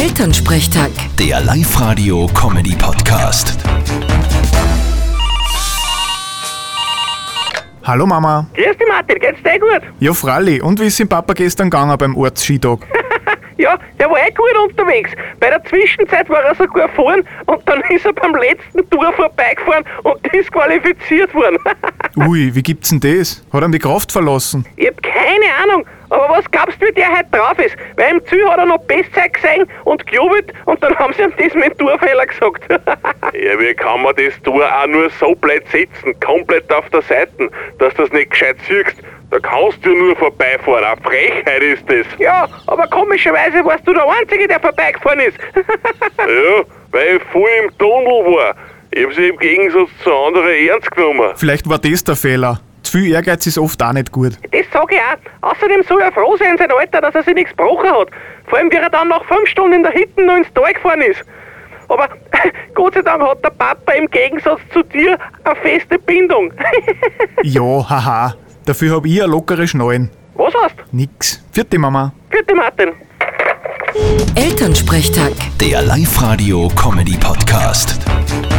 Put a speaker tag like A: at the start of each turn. A: Elternsprechtag.
B: Der Live-Radio-Comedy-Podcast.
C: Hallo Mama.
D: Grüß dich, Martin, geht's dir gut?
C: Ja, Fralli, und wie ist dem Papa gestern gegangen beim Ortsskitag?
D: Ja, der war eh gut unterwegs. Bei der Zwischenzeit war er sogar vorn und dann ist er beim letzten Tour vorbeigefahren und disqualifiziert worden.
C: Ui, wie gibt's denn das? Hat ihm die Kraft verlassen?
D: ich hab keine Ahnung, aber was glaubst du, wie der heute drauf ist? Weil im Ziel hat er noch Bestzeit gesehen und gejubelt und dann haben sie ihm das mit dem Tourfehler gesagt.
E: Ja, wie kann man das Tor auch nur so blöd setzen, komplett auf der Seite, dass das nicht gescheit siehst? Da kannst du nur vorbeifahren, eine Frechheit ist das.
D: ja, aber komischerweise warst du der Einzige, der vorbeigefahren ist.
E: Ja, weil ich voll im Tunnel war. Ich hab sie im Gegensatz zu anderen ernst genommen.
C: Vielleicht war das der Fehler. Zu viel Ehrgeiz ist oft auch nicht gut.
D: Das sag ich auch. Außerdem soll er froh sein, sein Alter, dass er sich nichts gebrochen hat. Vor allem, wie er dann nach fünf Stunden in der Hitten noch ins Tal gefahren ist. Aber Gott sei Dank hat der Papa im Gegensatz zu dir eine feste Bindung.
C: Ja, haha. Dafür hab ich ja lockere Schnallen.
D: Was hast?
C: Nix. Vierte Mama.
D: Gute Martin.
A: Elternsprechtag.
B: Der Live-Radio-Comedy-Podcast.